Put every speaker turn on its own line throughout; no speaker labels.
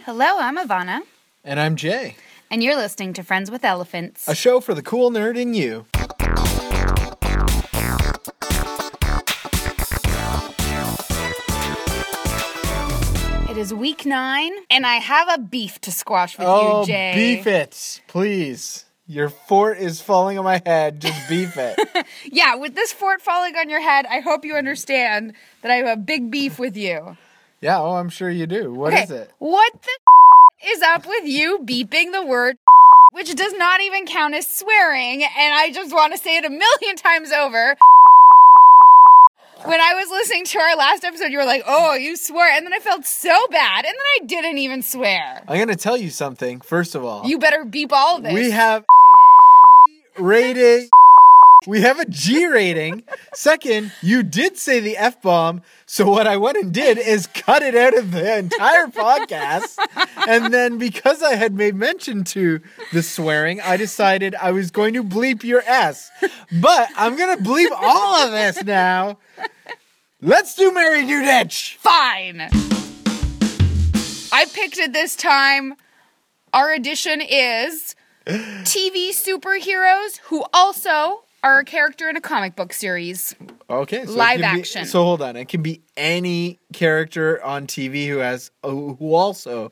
Hello, I'm Ivana,
And I'm Jay,
and you're listening to Friends with Elephants.
a show for the cool nerd in you.
It is week nine, and I have a beef to squash with
Oh,
you, Jay.
beef it, please. Your fort is falling on my head. Just beef it.
Yeah, with this fort falling on your head, I hope you understand that I have a big beef with you.
yeah, oh, I'm sure you do. What is
okay,
it?
What the is up with you beeping the word? Which does not even count as swearing, and I just want to say it a million times over. When I was listening to our last episode, you were like, oh, you swore. And then I felt so bad, and then I didn't even swear.
I'm going to tell you something, first of all.
You better beep all this.
we have a rating. We have a G rating. Second, you did say the F bomb. So, what I went and did is cut it out of the entire podcast. And then, because I had made mention to the swearing, I decided I was going to bleep your S. But I'm going to bleep all of this now. Let's do Mary Nuditch.
Fine. I picked it this time. Our edition is TV superheroes who also are a character in a comic book series.
Okay, so it
Live
can be-
action.
so hold on, it can be any character on TV who has uh, who also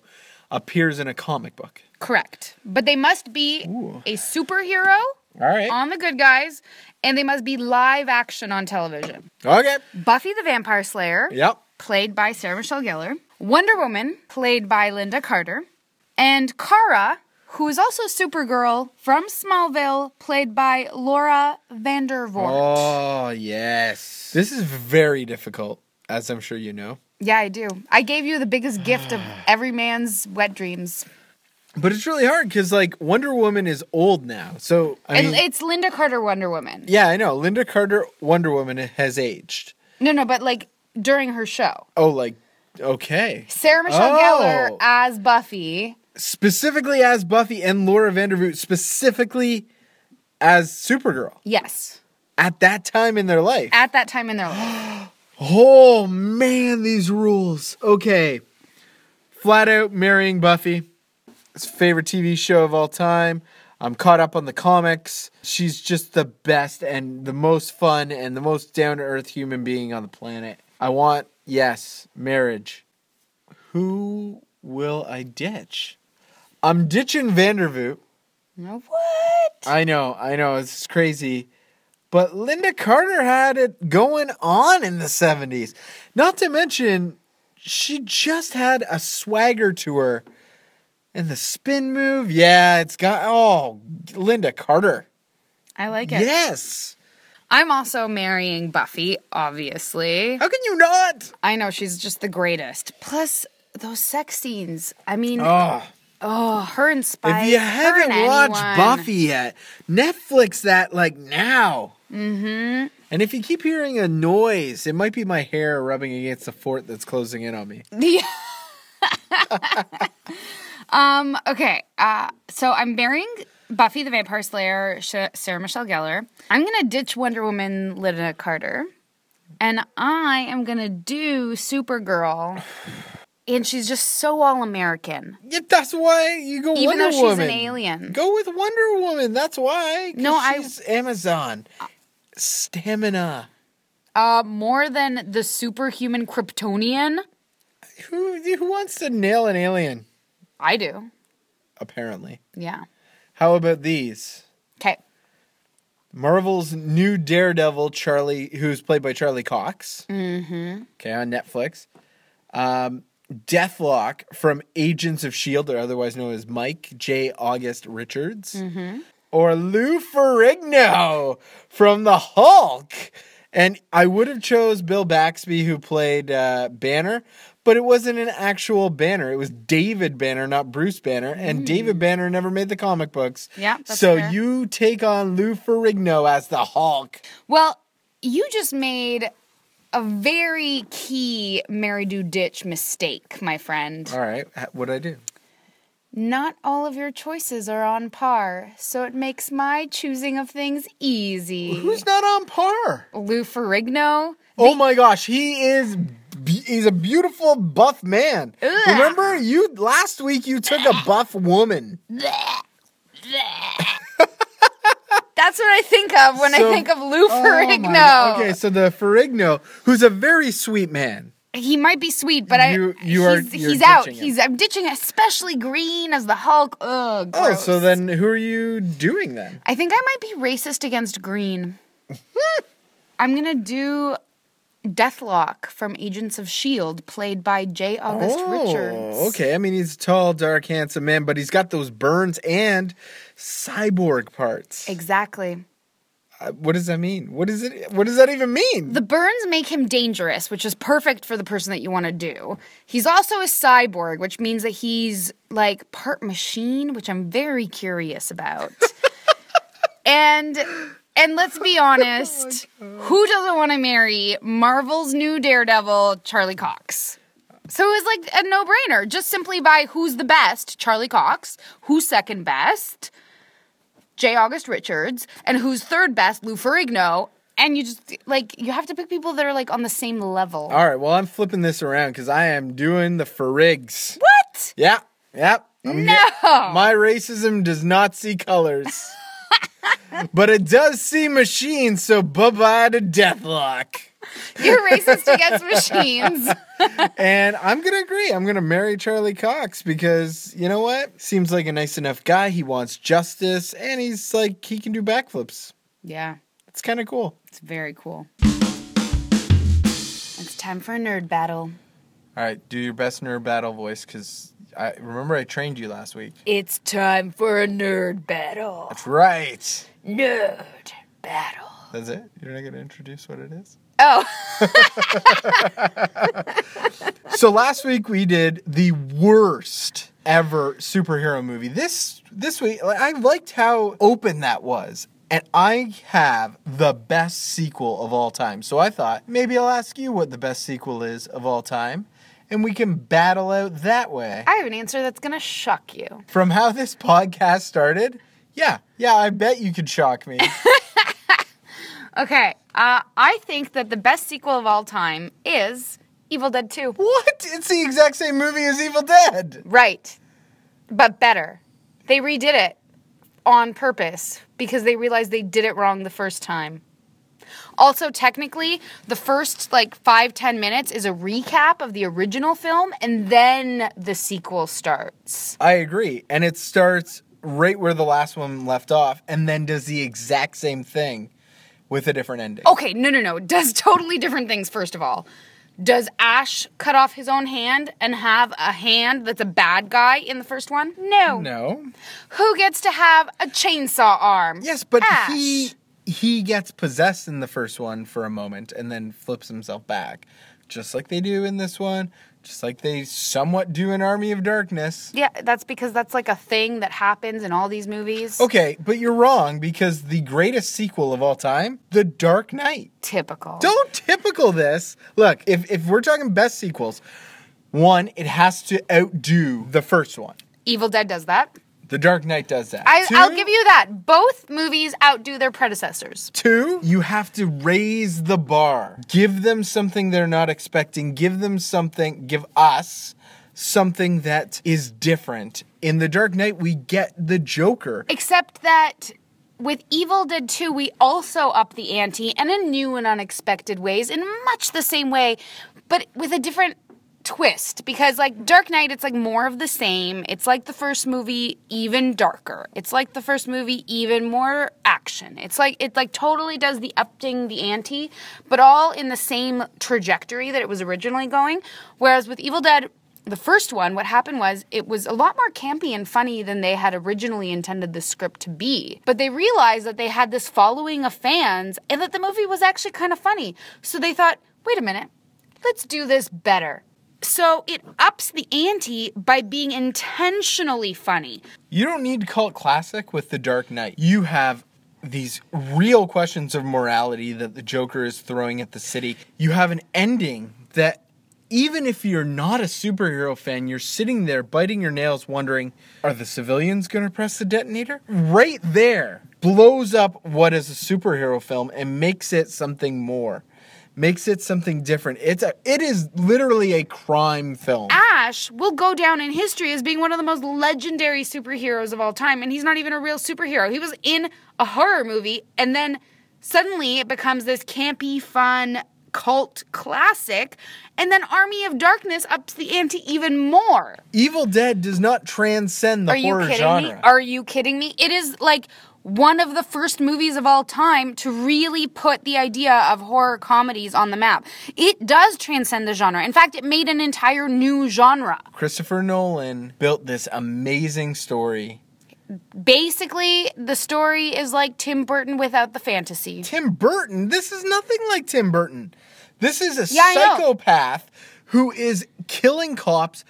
appears in a comic book.
Correct. But they must be
Ooh.
a superhero
All right.
on the good guys and they must be live action on television.
Okay.
Buffy the Vampire Slayer,
Yep.
played by Sarah Michelle Gellar, Wonder Woman, played by Linda Carter, and Kara, who is also Supergirl from Smallville, played by Laura Vandervoort.
Oh yes. This is very difficult, as I'm sure you know.
Yeah, I do. I gave you the biggest gift of every man's wet dreams.
But it's really hard because like Wonder Woman is old now, so I mean,
and it's Linda Carter Wonder Woman.
yeah, I know. Linda Carter Wonder Woman has aged.
No, no, but like during her show.
Oh, like okay.
Sarah Michelle
Oh.
Gellar as Buffy.
Specifically as Buffy and Laura Vandervoot, specifically as Supergirl.
Yes.
at that time in their life.
At that time in their life.
Oh man, these rules. Okay. Flat out marrying Buffy. It's favorite TV show of all time. I'm caught up on the comics. She's just the best and the most fun and the most down to earth human being on the planet. I want, yes, marriage. Who will I ditch? I'm ditching Vandervoot.
What?
I know, I know, it's crazy. But Linda Carter had it going on in the 70s. Not to mention, she just had a swagger to her. And the spin move, yeah, it's got, oh, Linda Carter.
I like it.
Yes.
I'm also marrying Buffy, obviously.
How can you not?
I know she's just the greatest. Plus those sex scenes. I mean, oh,
Oh,
her and Spike.
if you
her
haven't
and
watched
anyone.
Buffy yet, Netflix that like now. Mm-hmm. And if you keep hearing a noise, it might be my hair rubbing against the fort that's closing in on me.
Yeah. um. Okay. Uh. So I'm marrying Buffy the Vampire Slayer, Sh- Sarah Michelle Gellar. I'm gonna ditch Wonder Woman, Linda Carter, and I am gonna do Supergirl. And she's just so all American.
Yeah, that's why you go
Even
Wonder
though she's an
Woman.
alien.
Go with Wonder Woman. That's why. 'cause
No, I-
she's Amazon. Stamina.
Uh, more than the superhuman Kryptonian.
Who who wants to nail an alien?
I do.
Apparently.
Yeah.
How about these?
Okay.
Marvel's new Daredevil, Charlie, who's played by Charlie Cox. Mm-hmm. Okay, on Netflix. Um, Deathlock from Agents of S.H.I.E.L.D., E or otherwise known as Mike J. August Richards.
Mm-hmm.
Or Lou Ferrigno from The Hulk. And I would have chose Bill Baxby, who played uh, Banner, but it wasn't an actual Banner. It was David Banner, not Bruce Banner. And David Banner never made the comic books.
Mm. Yeah, that's
So
fair.
you take on Lou Ferrigno as the Hulk.
Well, you just made a very key Mary Do Ditch mistake, my friend.
All right, h- what'd I do?
Not all of your choices are on par, so it makes my choosing of things easy.
Who's not on par?
Lou Ferrigno?
Oh my gosh, he is be- he's a beautiful buff man.
Ugh.
Remember you last week you took a buff woman.
That's what I think of when
So-
I think of Lou
Oh my-
Ferrigno.
okay, so the Ferrigno, who's a very sweet man.
He might be sweet, but I
You- you are-
he's,
you're
he's out.
ditching him.
He's I'm ditching it, especially green as the Hulk. Ugh.
Oh,
gross.
so then who are you doing then?
I think I might be racist against green. I'm gonna do Deathlock from Agents of Shield, E played by J. August Richards.
Oh, okay. I mean, he's a tall, dark, handsome man, but he's got those burns and cyborg parts.
Exactly.
Uh, what does that mean? What is it? What does that even mean?
The burns make him dangerous, which is perfect for the person that you want to do. He's also a cyborg, which means that he's like part machine, which I'm very curious about. and and let's be honest, who doesn't want to marry Marvel's new daredevil, Charlie Cox? So it was like a no-brainer, just simply by who's the best, Charlie Cox, who's second best, J. August Richards, and who's third best, Lou Ferrigno. And you just like you have to pick people that are like on the same level.
All right. Well, I'm flipping this around because I am doing the Ferrigs.
what?
Yeah. Yep. I'm
No.
My racism does not see colors, but it does see machines. So bye bye to Deathlock.
You're racist against machines.
And I'm gonna agree. I'm gonna marry Charlie Cox because you know what? Seems like a nice enough guy. He wants justice, and he's like he can do backflips.
Yeah,
It's kind of cool.
it's very cool. It's time for a nerd battle.
All right, do your best nerd battle voice because I remember I trained you last week.
It's time for a nerd battle.
That's right.
Nerd battle.
That's it. You're not gonna introduce what it is.
Oh,
So last week we did the worst ever superhero movie. This this week like, I liked how open that was. And I have the best sequel of all time. So I thought maybe I'll ask you what the best sequel is of all time and we can battle out that way.
I have an answer that's gonna shock you.
From how this podcast started? Yeah. Yeah, I bet you could shock me.
Okay, uh, I think that the best sequel of all time is Evil Dead 2.
what? It's the exact same movie as Evil Dead.
Right. But better. They redid it on purpose because they realized they did it wrong the first time. Also, technically, the first like five, ten minutes is a recap of the original film, and then the sequel starts.
I agree. And it starts right where the last one left off and then does the exact same thing with a different ending.
Okay, no, no, no. It does totally different things, first of all. Does Ash cut off his own hand and have a hand that's a bad guy in the first one? No.
No.
Who gets to have a chainsaw arm?
Yes, but
Ash.
he he gets possessed in the first one for a moment and then flips himself back. Just like they do in this one, just like they somewhat do in Army of Darkness.
Yeah, that's because that's like a thing that happens in all these movies.
Okay, but you're wrong because the greatest sequel of all time, The Dark Knight.
Typical.
Don't typical this. Look, if if we're talking best sequels, one, it has to outdo the first one.
Evil Dead does that.
The Dark Knight does that.
I,
Two-
I'll give you that. Both movies outdo their predecessors.
two. You have to raise the bar. Give them something they're not expecting. Give them something. Give us something that is different. In The Dark Knight, we get the Joker.
Except that with Evil Dead 2, we also up the ante and in new and unexpected ways, in much the same way, but with a different twist. Because, like, Dark Knight, it's like more of the same. It's like the first movie, even darker. It's like the first movie, even more action. It's like, it like totally does the upping the ante, but all in the same trajectory that it was originally going. Whereas with Evil Dead, the first one, what happened was it was a lot more campy and funny than they had originally intended the script to be. But they realized that they had this following of fans and that the movie was actually kind of funny. So they thought, wait a minute, let's do this better. So it ups the ante by being intentionally funny.
You don't need to call it classic with The Dark Knight. You have these real questions of morality that the Joker is throwing at the city. You have an ending that, even if you're not a superhero fan, you're sitting there biting your nails, wondering, are the civilians going to press the detonator? Right there blows up what is a superhero film and makes it something more. makes it something different. It's a it is literally a crime film.
Ah! Ash will go down in history as being one of the most legendary superheroes of all time, and he's not even a real superhero. He was in a horror movie, and then suddenly it becomes this campy, fun cult classic, and then Army of Darkness ups the ante even more.
Evil Dead does not transcend the
Are you
horror
kidding
genre.
me? Are you kidding me? It is like one of the first movies of all time to really put the idea of horror comedies on the map. It does transcend the genre. In fact, it made an entire new genre.
Christopher Nolan built this amazing story.
Basically, the story is like Tim Burton without the fantasy.
Tim Burton, this is nothing like Tim Burton. This is a
Yeah, I know.
psychopath who is killing cops,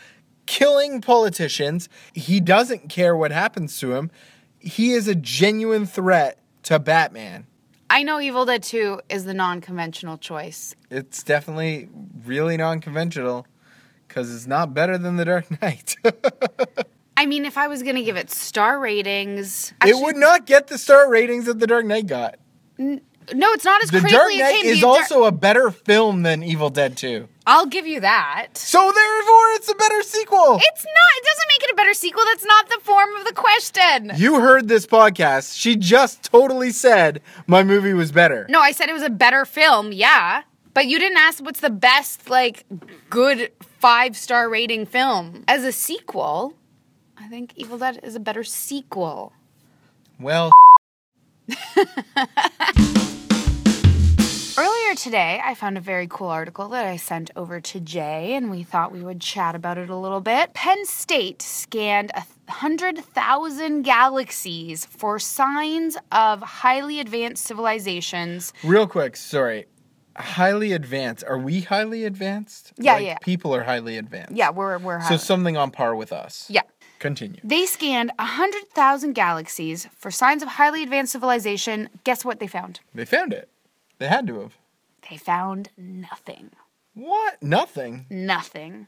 killing politicians. He doesn't care what happens to him. He is a genuine threat to Batman.
I know Evil Dead 2 is the non conventional choice.
It's definitely really non conventional because it's not better than The Dark Knight.
I mean, if I was going to give it star ratings,
it would not get the star ratings that The Dark Knight got.
no, it's not as
The
crazy.
Dark
it
Knight
can be.
is
Dar-
also a better film than Evil Dead 2.
I'll give you that.
So therefore, it's a better sequel.
It's not. It doesn't make it a better sequel. That's not the form of the question.
you heard this podcast. She just totally said my movie was better.
no, I said it was a better film. Yeah, but you didn't ask what's the best like good five star rating film as a sequel. I think Evil Dead is a better sequel.
Well,
Earlier today, I found a very cool article that I sent over to Jay, and we thought we would chat about it a little bit. Penn State scanned a 100,000 galaxies for signs of highly advanced civilizations
real quick, sorry. Highly advanced. Are we highly advanced?
Yeah, yeah.
People are highly advanced.
Yeah, we're we're
So
high.
something on par with us.
yeah.
Continue.
They scanned 100,000 galaxies for signs of highly advanced civilization. Guess what they found?
They found it. They had to have.
They found nothing.
What? Nothing.
Nothing.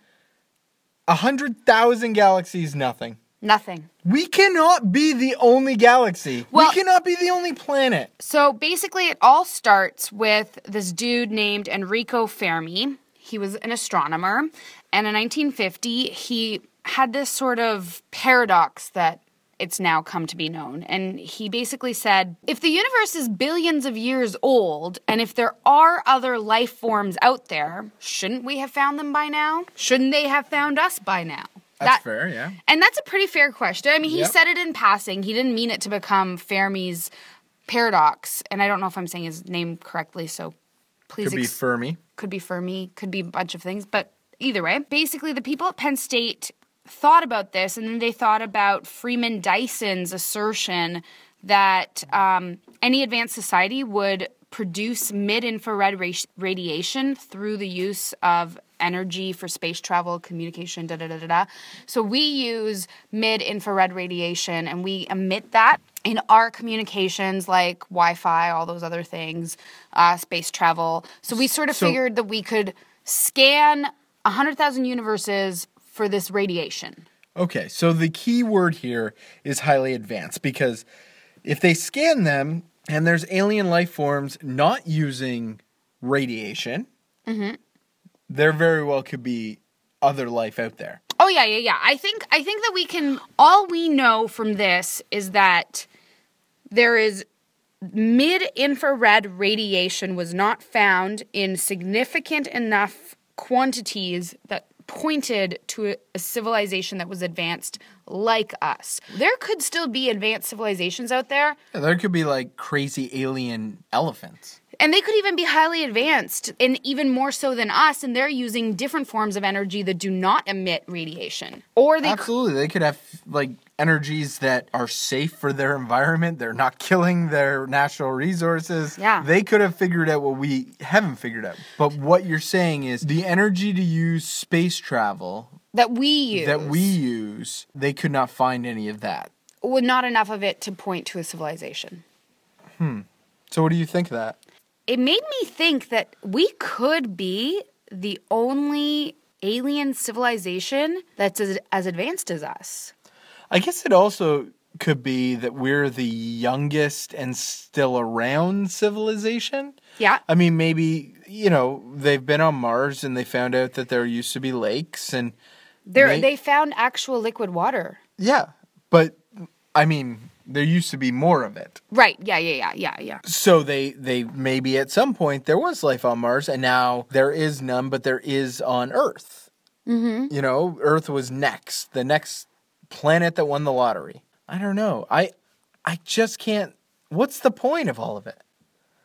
A hundred thousand galaxies. Nothing.
Nothing.
We cannot be the only galaxy.
Well-
we cannot be the only planet.
So basically, it all starts with this dude named Enrico Fermi. He was an astronomer, and in 1950, he had this sort of paradox that it's now come to be known. And he basically said if the universe is billions of years old, and if there are other life forms out there, shouldn't we have found them by now? Shouldn't they have found us by now?
That's
That-
fair. Yeah.
and that's a pretty fair question. I mean, he
Yep.
said it in passing. He didn't mean it to become Fermi's paradox. And I don't know if I'm saying his name correctly, so please
Could be
ex-
Fermi.
could be Fermi, could be a bunch of things, but either way, basically the people at Penn State thought about this and then they thought about Freeman Dyson's assertion that um, any advanced society would produce mid infrared ra- radiation through the use of energy for space travel, communication, da da da da da. So we use mid infrared radiation and we emit that in our communications like wi-fi all those other things uh, space travel so we sort of
So-
figured that we could scan 100000 universes for this radiation
Okay, so the key word here is highly advanced because if they scan them and there's alien life forms not using radiation, there very well could be other life out there.
oh yeah yeah yeah i think i think that we can all we know from this is that there is mid infrared radiation was not found in significant enough quantities that pointed to a, a civilization that was advanced like us. There could still be advanced civilizations out there,
There could be like crazy alien elephants.
and they could even be highly advanced and even more so than us, and they're using different forms of energy that do not emit radiation. Or they
Absolutely, they could have like energies that are safe for their environment. They're not killing their natural resources.
Yeah.
They could have figured out what we haven't figured out. But what you're saying is the energy to use space travel
that we use
that we use, they could not find any of that.
well, not enough of it to point to a civilization.
So what do you think of that?
it made me think that we could be the only alien civilization that's as, as advanced as us.
I guess it also could be that we're the youngest and still around civilization.
Yeah.
I mean, maybe, you know, they've been on Mars and they found out that there used to be lakes and
There,
Right.
they found actual liquid water.
yeah, but I mean, there used to be more of it.
Right. Yeah. Yeah. Yeah. Yeah. Yeah.
So they they maybe at some point there was life on Mars and now there is none, but there is on Earth. Mm-hmm. You know, Earth was next, the next planet that won the lottery. I don't know. I I just can't. What's the point of all of it?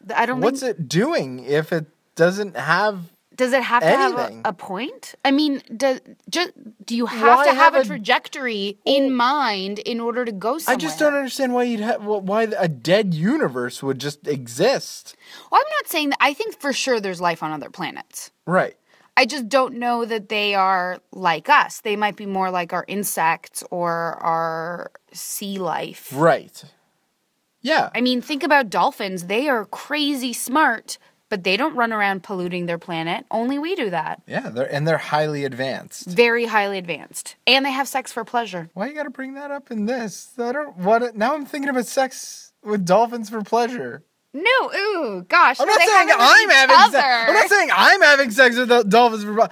Th- I don't.
What's
think,
it doing if it doesn't have?
Does it have to have
anything?
a, a point? I mean, does just do you have
Why
to have,
have
a
a-
trajectory in mind in order to go
I
somewhere?
just don't understand why you'd have why a dead universe would just exist.
Well, I'm not saying that. I think for sure there's life on other planets.
Right.
I just don't know that they are like us. They might be more like our insects or our sea life.
Right. Yeah.
I mean, think about dolphins. They are crazy smart, but they don't run around polluting their planet. Only we do that.
Yeah. They're and they're highly advanced.
Very highly advanced. And they have sex for pleasure.
Why you gotta bring that up in this? I don't what now I'm thinking about sex with dolphins for pleasure.
No, ooh, gosh.
I'm
no,
not
they
saying
have it with
I'm
each
having sex.
other.
I'm not saying I'm having sex with the dolphins for pleasure.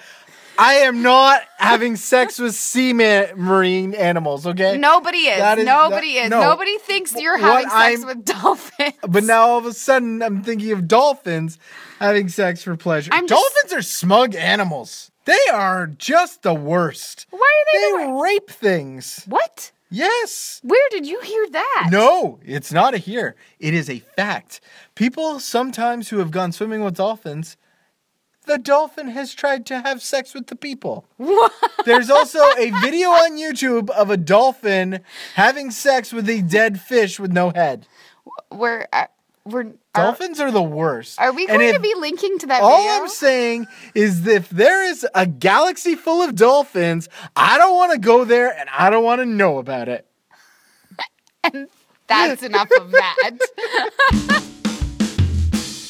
I am not having sex with sea ma- marine animals, okay?
Nobody is.
That is-
Nobody
that-
is.
no.
Nobody thinks you're
What
having sex
I'm-
with dolphins.
But now all of a sudden I'm thinking of dolphins having sex for pleasure.
I'm just-
dolphins are smug animals. They are just the worst.
Why are they the
They rape things.
What?
Yes.
Where did you hear that?
No, it's not a here. It is a fact. People sometimes who have gone swimming with dolphins, the dolphin has tried to have sex with the people.
What?
There's also a video on YouTube of a dolphin having sex with a dead fish with no head.
We're uh, we're are,
Dolphins are the worst.
are we
And
going
if-
to be linking to that
All
video?
I'm saying is that if there is a galaxy full of dolphins, I don't want to go there and I don't want to know about it.
That's enough of that.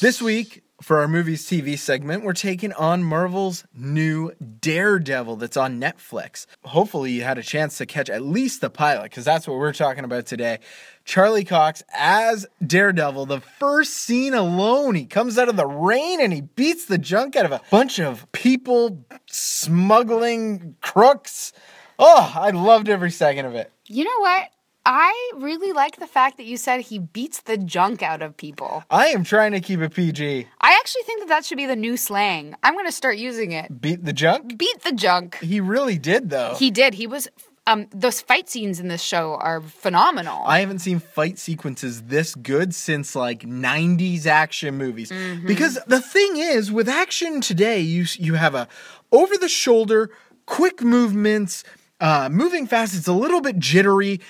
This week, for our movies TV segment, we're taking on Marvel's new Daredevil that's on Netflix. Hopefully, you had a chance to catch at least the pilot, because that's what we're talking about today. Charlie Cox as Daredevil, the first scene alone, he comes out of the rain and he beats the junk out of a bunch of people smuggling crooks. Oh, I loved every second of it.
you know what? I really like the fact that you said he beats the junk out of people.
I am trying to keep it PG.
I actually think that that should be the new slang. I'm going to start using it.
Beat the junk?
Beat the junk.
He really did, though.
He did. He was. Um, those fight scenes in this show are phenomenal.
I haven't seen fight sequences this good since like 90s action movies. Because the thing is with action today you you have a over the shoulder quick movements uh moving fast it's a little bit jittery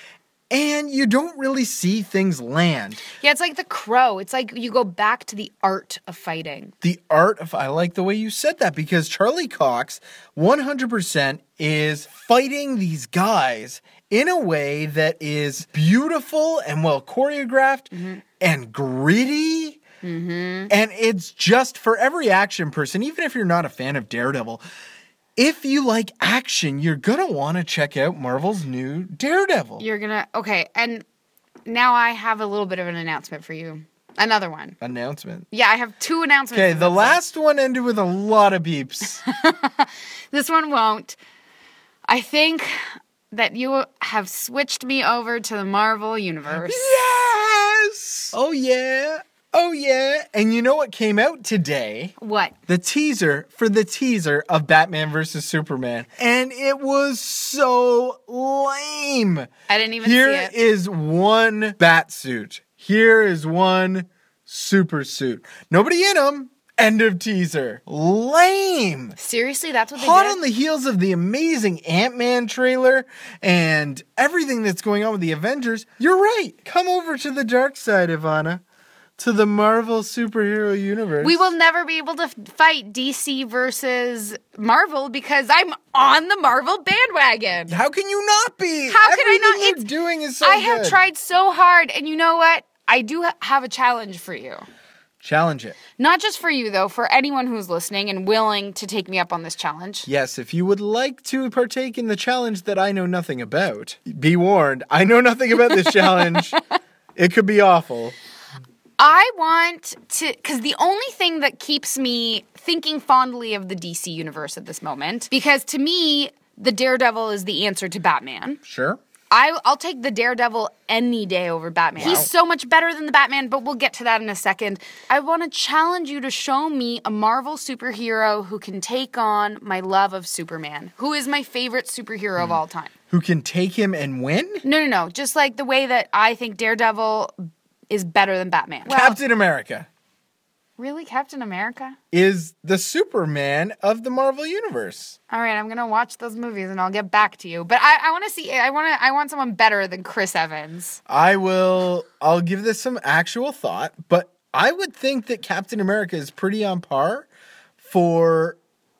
and you don't really see things land.
yeah, it's like the crow. It's like you go back to the art of fighting.
The art of I like the way you said that because Charlie Cox 100% is fighting these guys in a way that is beautiful and well choreographed and gritty. And it's just for every action person, even if you're not a fan of Daredevil, if you like action, you're going to want to check out Marvel's new Daredevil.
You're gonna okay, and now I have a little bit of an announcement for you. Another one.
Announcement.
Yeah, I have two announcements.
Okay,
for
the
this
last one ended with a lot of beeps.
one. This one won't. I think that you have switched me over to the Marvel universe.
Yes! Oh, yeah. Oh, yeah. And you know what came out today?
What?
The teaser for the teaser of Batman vs. Superman. And it was so lame.
I didn't even
Here
see it.
is one bat suit. Here is one super suit. Nobody in them. End of teaser. Lame
Seriously, that's what they
hot
did.
on the heels of the amazing Ant-Man trailer and everything that's going on with the Avengers, you're right. Come over to the dark side, Ivana, to the Marvel superhero universe.
we will never be able to f- fight DC versus Marvel because I'm on the Marvel bandwagon.
How can you not be?
How can I
Everything
not?
You're
It's-
doing is so
I have
good.
tried so hard, and you know what? I do ha- have a challenge for you.
Challenge it.
Not just for you, though, for anyone who's listening and willing to take me up on this challenge.
Yes, if you would like to partake in the challenge that I know nothing about, be warned, I know nothing about this challenge. It could be awful.
I want to, because the only thing that keeps me thinking fondly of the DC universe at this moment, because to me, the Daredevil is the answer to Batman.
Sure.
I, I'll take the Daredevil any day over Batman.
Wow.
He's so much better than the Batman, but we'll get to that in a second. I want to challenge you to show me a Marvel superhero who can take on my love of Superman, who is my favorite superhero of all time.
Who can take him and win?
No, no, no. Just like the way that I think Daredevil is better than Batman.
Captain America
really, Captain America?
is the Superman of the Marvel Universe.
All right, I'm gonna watch those movies and I'll get back to you. But I, I want to see. I want to. I want someone better than Chris Evans.
I will I'll give this some actual thought, but I would think that Captain America is pretty on par for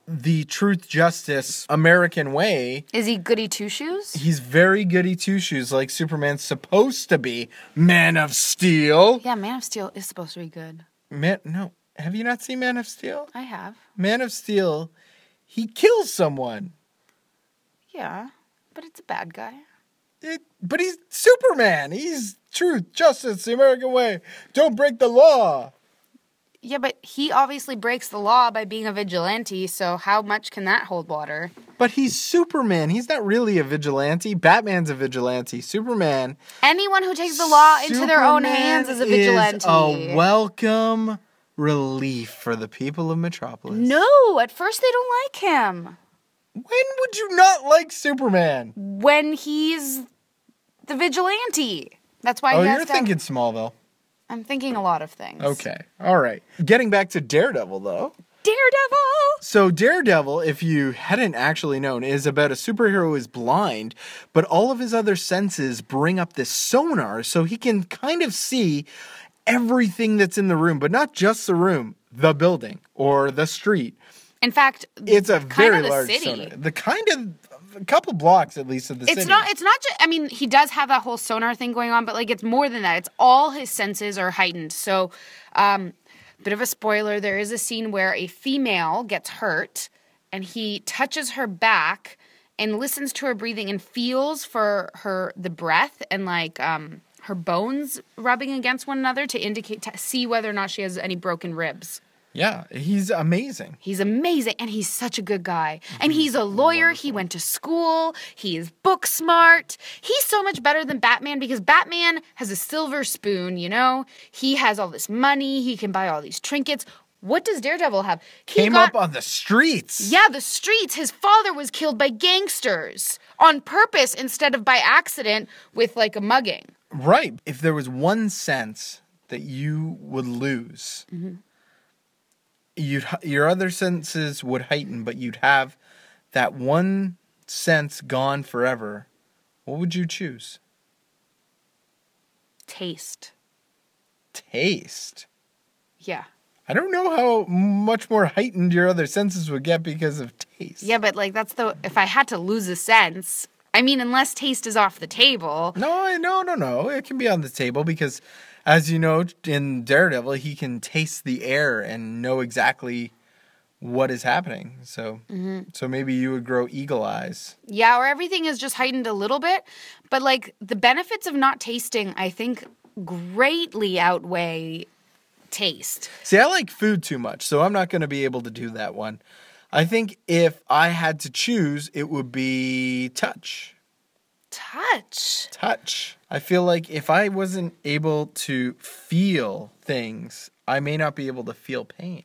the truth justice American way.
Is he goody two shoes?
He's very goody two shoes like Superman's supposed to be. Man of Steel.
Yeah, Man of Steel is supposed to be good.
Man no, have you not seen Man of Steel?
I have.
Man of Steel, he kills someone.
Yeah, but it's a bad guy.
It, but he's Superman. He's truth, justice, the American way. Don't break the law.
Yeah, but he obviously breaks the law by being a vigilante. So how much can that hold water?
But he's Superman. He's not really a vigilante. Batman's a vigilante. Superman.
Anyone who takes the law into their own hands is a
Superman
vigilante.
is a welcome relief for the people of Metropolis.
No, at first they don't like him.
When would you not like Superman?
When he's the vigilante. That's why
Oh,
he has
you're
to have-
thinking Smallville.
I'm thinking a lot of things.
Okay. All right. Getting back to Daredevil, though.
Daredevil!
So, Daredevil, if you hadn't actually known, is about a superhero who is blind, but all of his other senses bring up this sonar so he can kind of see everything that's in the room, but not just the room, the building or the street.
In fact,
It's a
kind
very
of the
large
city.
sonar. The kind of a couple blocks at least of the
It's
city.
not it's not just I mean, he does have that whole sonar thing going on, but like it's more than that. It's all his senses are heightened. So um bit of a spoiler, there is a scene where a female gets hurt and he touches her back and listens to her breathing and feels for her the breath and like um her bones rubbing against one another to indicate to see whether or not she has any broken ribs.
yeah, he's amazing.
He's amazing and he's such a good guy.
Mm-hmm.
And he's a lawyer. He went to school. He is book smart. He's so much better than Batman because Batman has a silver spoon, you know? He has all this money. He can buy all these trinkets. What does Daredevil have? He
Came
got-
up on the streets.
yeah, the streets. His father was killed by gangsters on purpose instead of by accident with like a mugging.
Right. If there was one sense that you would lose, you'd h- your other senses would heighten, but you'd have that one sense gone forever. What would you choose?
Taste.
Taste.
Yeah.
I don't know how much more heightened your other senses would get because of taste.
Yeah, but like that's the if I had to lose a sense, I mean unless taste is off the table.
No, I- no, no, no. It can be on the table because, as you know, in Daredevil, he can taste the air and know exactly what is happening. So, so maybe you would grow eagle eyes.
Yeah, or everything is just heightened a little bit. But like the benefits of not tasting, I think, greatly outweigh taste.
See, I like food too much, so I'm not going to be able to do that one. I think if I had to choose, it would be touch.
Touch.
Touch. I feel like if I wasn't able to feel things, I may not be able to feel pain.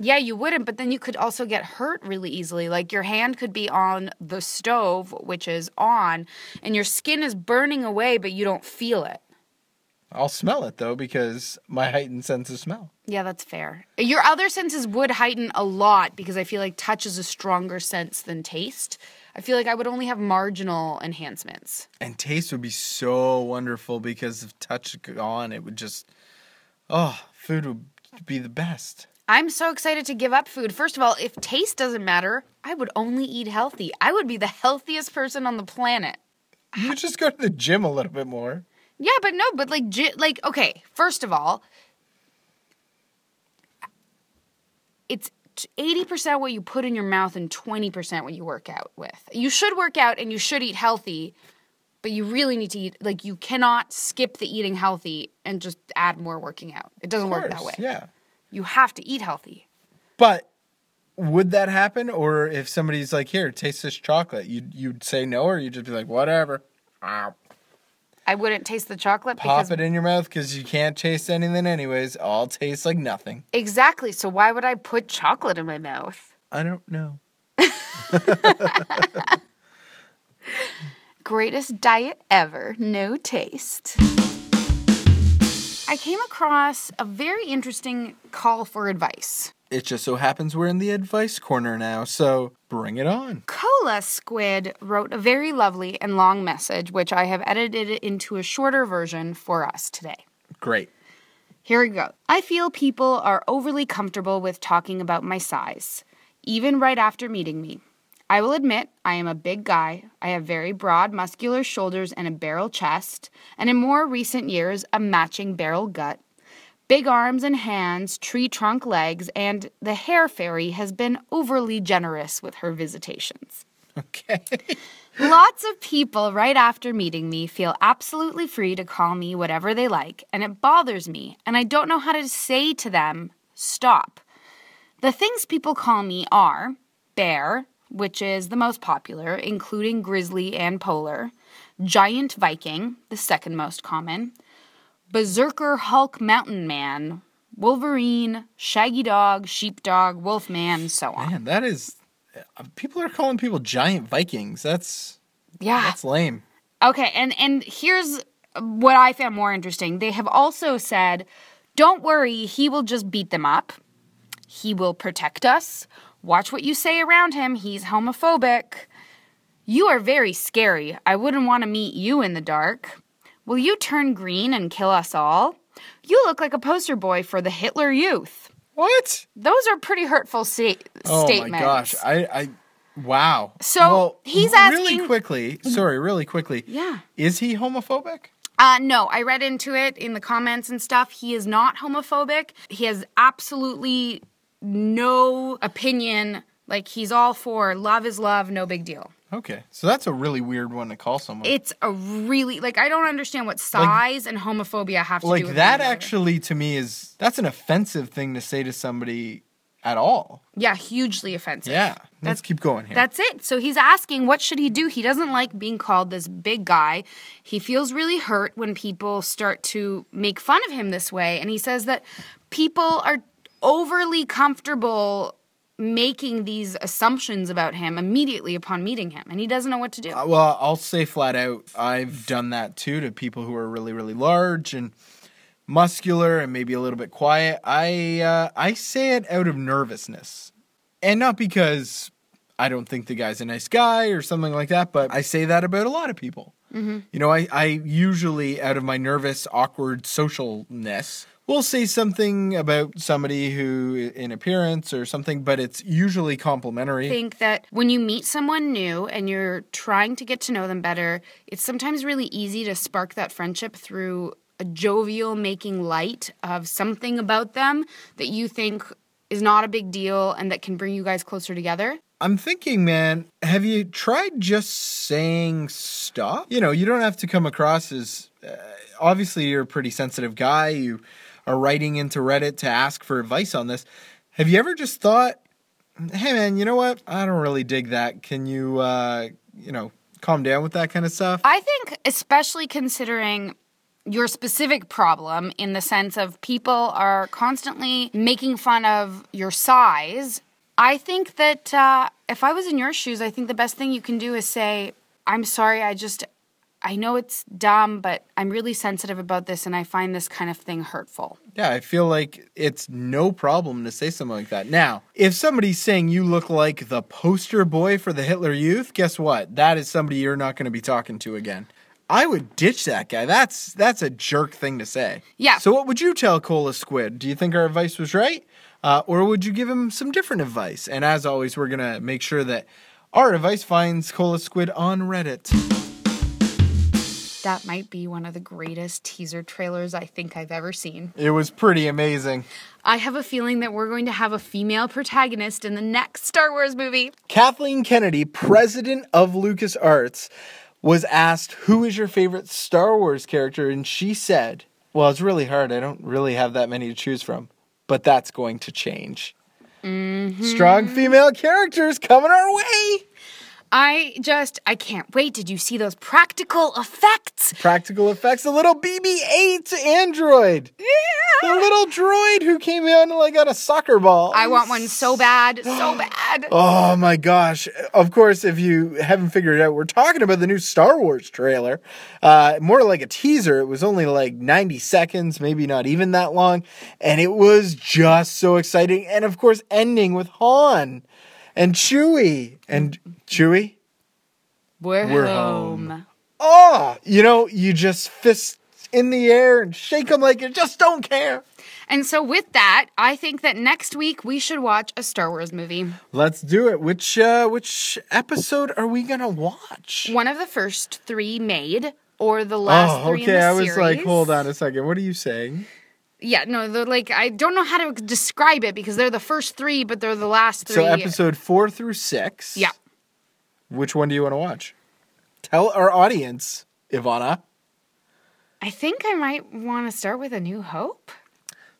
Yeah, you wouldn't, but then you could also get hurt really easily. Like your hand could be on the stove, which is on, and your skin is burning away, but you don't feel it.
I'll smell it though because my heightened sense of smell.
Yeah, that's fair. Your other senses would heighten a lot because I feel like touch is a stronger sense than taste. I feel like I would only have marginal enhancements.
And taste would be so wonderful because if touch gone, it would just, oh, food would be the best.
I'm so excited to give up food. First of all, if taste doesn't matter, I would only eat healthy. I would be the healthiest person on the planet.
You just go to the gym a little bit more.
Yeah, but no, but like, gi- like, okay. First of all, it's t- 80% what you put in your mouth and 20% what you work out with. You should work out and you should eat healthy, but you really need to eat like you cannot skip the eating healthy and just add more working out. It doesn't work that way.
Yeah.
You have to eat healthy.
But would that happen? Or if somebody's like, here, taste this chocolate, you'd, you'd say no, or you'd just be like, whatever. Ow.
I wouldn't taste the chocolate
Pop
because
it in your mouth because you can't taste anything, anyways. All tastes like nothing.
exactly. So why would I put chocolate in my mouth?
I don't know.
Greatest diet ever, no taste. I came across a very interesting call for advice.
It just so happens we're in the advice corner now, so bring it on.
Cola Squid wrote a very lovely and long message, which I have edited it into a shorter version for us today.
Great.
Here we go. I feel people are overly comfortable with talking about my size, even right after meeting me. I will admit, I am a big guy. I have very broad, muscular shoulders and a barrel chest, and in more recent years, a matching barrel gut. Big arms and hands, tree trunk legs, and the hair fairy has been overly generous with her visitations.
Okay.
Lots of people right after meeting me feel absolutely free to call me whatever they like, and it bothers me, and I don't know how to say to them, stop. The things people call me are bear, which is the most popular, including grizzly and polar, giant Viking, the second most common, berserker Hulk mountain man, Wolverine, shaggy dog, sheepdog, wolfman, so on.
Man, that is. uh, People are calling people giant Vikings. That's
Yeah.
that's lame.
Okay, and and here's what I found more interesting. They have also said, "Don't worry, he will just beat them up. He will protect us. Watch what you say around him. He's homophobic. You are very scary. I wouldn't want to meet you in the dark. Will you turn green and kill us all? You look like a poster boy for the Hitler Youth."
What?
Those are pretty hurtful sta-
Oh
statements.
my gosh! I, I, wow.
So,
Well,
he's
really
asking- Mm-hmm.
quickly. Sorry, really quickly.
Yeah.
Is he homophobic?
Uh, no, I read into it in the comments and stuff. He is not homophobic. He has absolutely no opinion. Like, he's all for love is love, no big deal.
Okay, so that's a really weird one to call someone.
It's a really, like, I don't understand what size and homophobia have to do
like
with one
that
another.
actually to me is that's an offensive thing to say to somebody at all.
Yeah, hugely offensive.
Yeah. Let's keep going here.
That's it. So he's asking, what should he do? He doesn't like being called this big guy. He feels really hurt when people start to make fun of him this way. And he says that people are overly comfortable making these assumptions about him immediately upon meeting him. And he doesn't know what to do.
Uh, well, I'll say flat out, I've done that too to people who are really, really large and muscular and maybe a little bit quiet. I uh, I say it out of nervousness, and not because I don't think the guy's a nice guy or something like that, but I say that about a lot of people. You know, I, I usually out of my nervous, awkward socialness. will say something about somebody who, in appearance or something, but it's usually complimentary.
think that when you meet someone new and you're trying to get to know them better, it's sometimes really easy to spark that friendship through a jovial making light of something about them that you think is not a big deal and that can bring you guys closer together.
I'm thinking, man, have you tried just saying stop? You know, you don't have to come across as uh, obviously you're a pretty sensitive guy. You are writing into Reddit to ask for advice on this. Have you ever just thought, hey, man, you know what? I don't really dig that. Can you, uh, you know, calm down with that kind of stuff?
I think, especially considering your specific problem in the sense of people are constantly making fun of your size, I think that uh, if I was in your shoes, I think the best thing you can do is say, I'm sorry, I just, I know it's dumb, but I'm really sensitive about this and I find this kind of thing hurtful.
Yeah, I feel like it's no problem to say something like that. Now, if somebody's saying you look like the poster boy for the Hitler Youth, guess what? That is somebody you're not going to be talking to again. I would ditch that guy. That's that's a jerk thing to say.
Yeah.
So what would you tell Cola Squid? Do you think our advice was right, uh, or would you give him some different advice? And as always, we're gonna make sure that our advice finds Cola Squid on Reddit.
That might be one of the greatest teaser trailers I think I've ever seen.
It was pretty amazing.
I have a feeling that we're going to have a female protagonist in the next Star Wars movie.
Kathleen Kennedy, president of LucasArts, was asked, Who is your favorite Star Wars character? And she said, Well, it's really hard. I don't really have that many to choose from, but that's going to change.
Mm-hmm.
Strong female characters coming our way.
I just, I can't wait. Did you see those practical effects?
Practical effects, a little BB 8 android. The little droid who came in like on a soccer ball.
I want one so bad, so bad.
Oh my gosh. Of course, if you haven't figured it out, we're talking about the new Star Wars trailer. Uh, more like a teaser. It was only like 90 seconds, maybe not even that long. And it was just so exciting. And of course, ending with Han and Chewie. And Chewie?
We're,
We're
home.
Oh, you know, you just fist in the air and shake them like you just don't care.
And so, with that, I think that next week we should watch a Star Wars movie.
Let's do it. Which uh, which episode are we gonna watch?
One of the first three made, or the last
oh,
three in
okay.
the
I was like,
series.
hold on a second. What are you saying?
Yeah, no, they're like I don't know how to describe it because they're the first three, but they're the last three.
So episode four through six.
Yeah.
Which one do you want to watch? Tell our audience, Ivana.
I think I might want to start with A New Hope.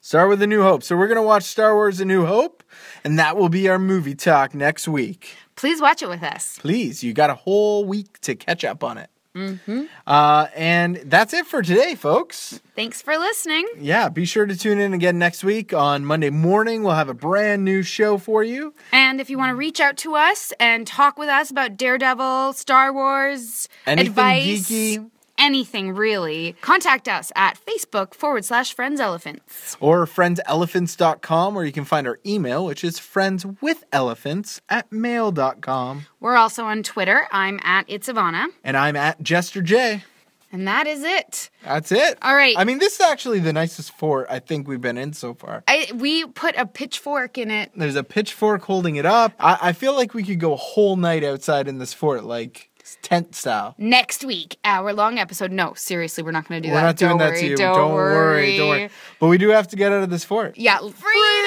Start with A New Hope. So we're gonna watch Star Wars: A New Hope, and that will be our movie talk next week.
Please watch it with us.
Please, you got a whole week to catch up on it. Mm-hmm. Uh, and that's it for today, folks.
Thanks for listening.
Yeah, be sure to tune in again next week on Monday morning. We'll have a brand new show for you.
And if you want to reach out to us and talk with us about Daredevil, Star Wars,
Anything
advice,
geeky.
anything really, contact us at Facebook forward slash Friends Elephants.
Or friendselephants.com, where you can find our email, which is friendswithelephants at mail.com.
We're also on Twitter. I'm at It's Ivana.
And I'm at Jester J.
And that is it.
That's it.
All right.
I mean, this is actually the nicest fort I think we've been in so far.
I, we put a pitchfork in it.
There's a pitchfork holding it up. I, I feel like we could go a whole night outside in this fort, like tent style.
Next week, hour long episode. No, seriously, we're not going to do
We're
that.
not doing
Don't
that
worry,
to you. Don't, worry. Don't worry. But we do have to get out of this fort.
Yeah, free.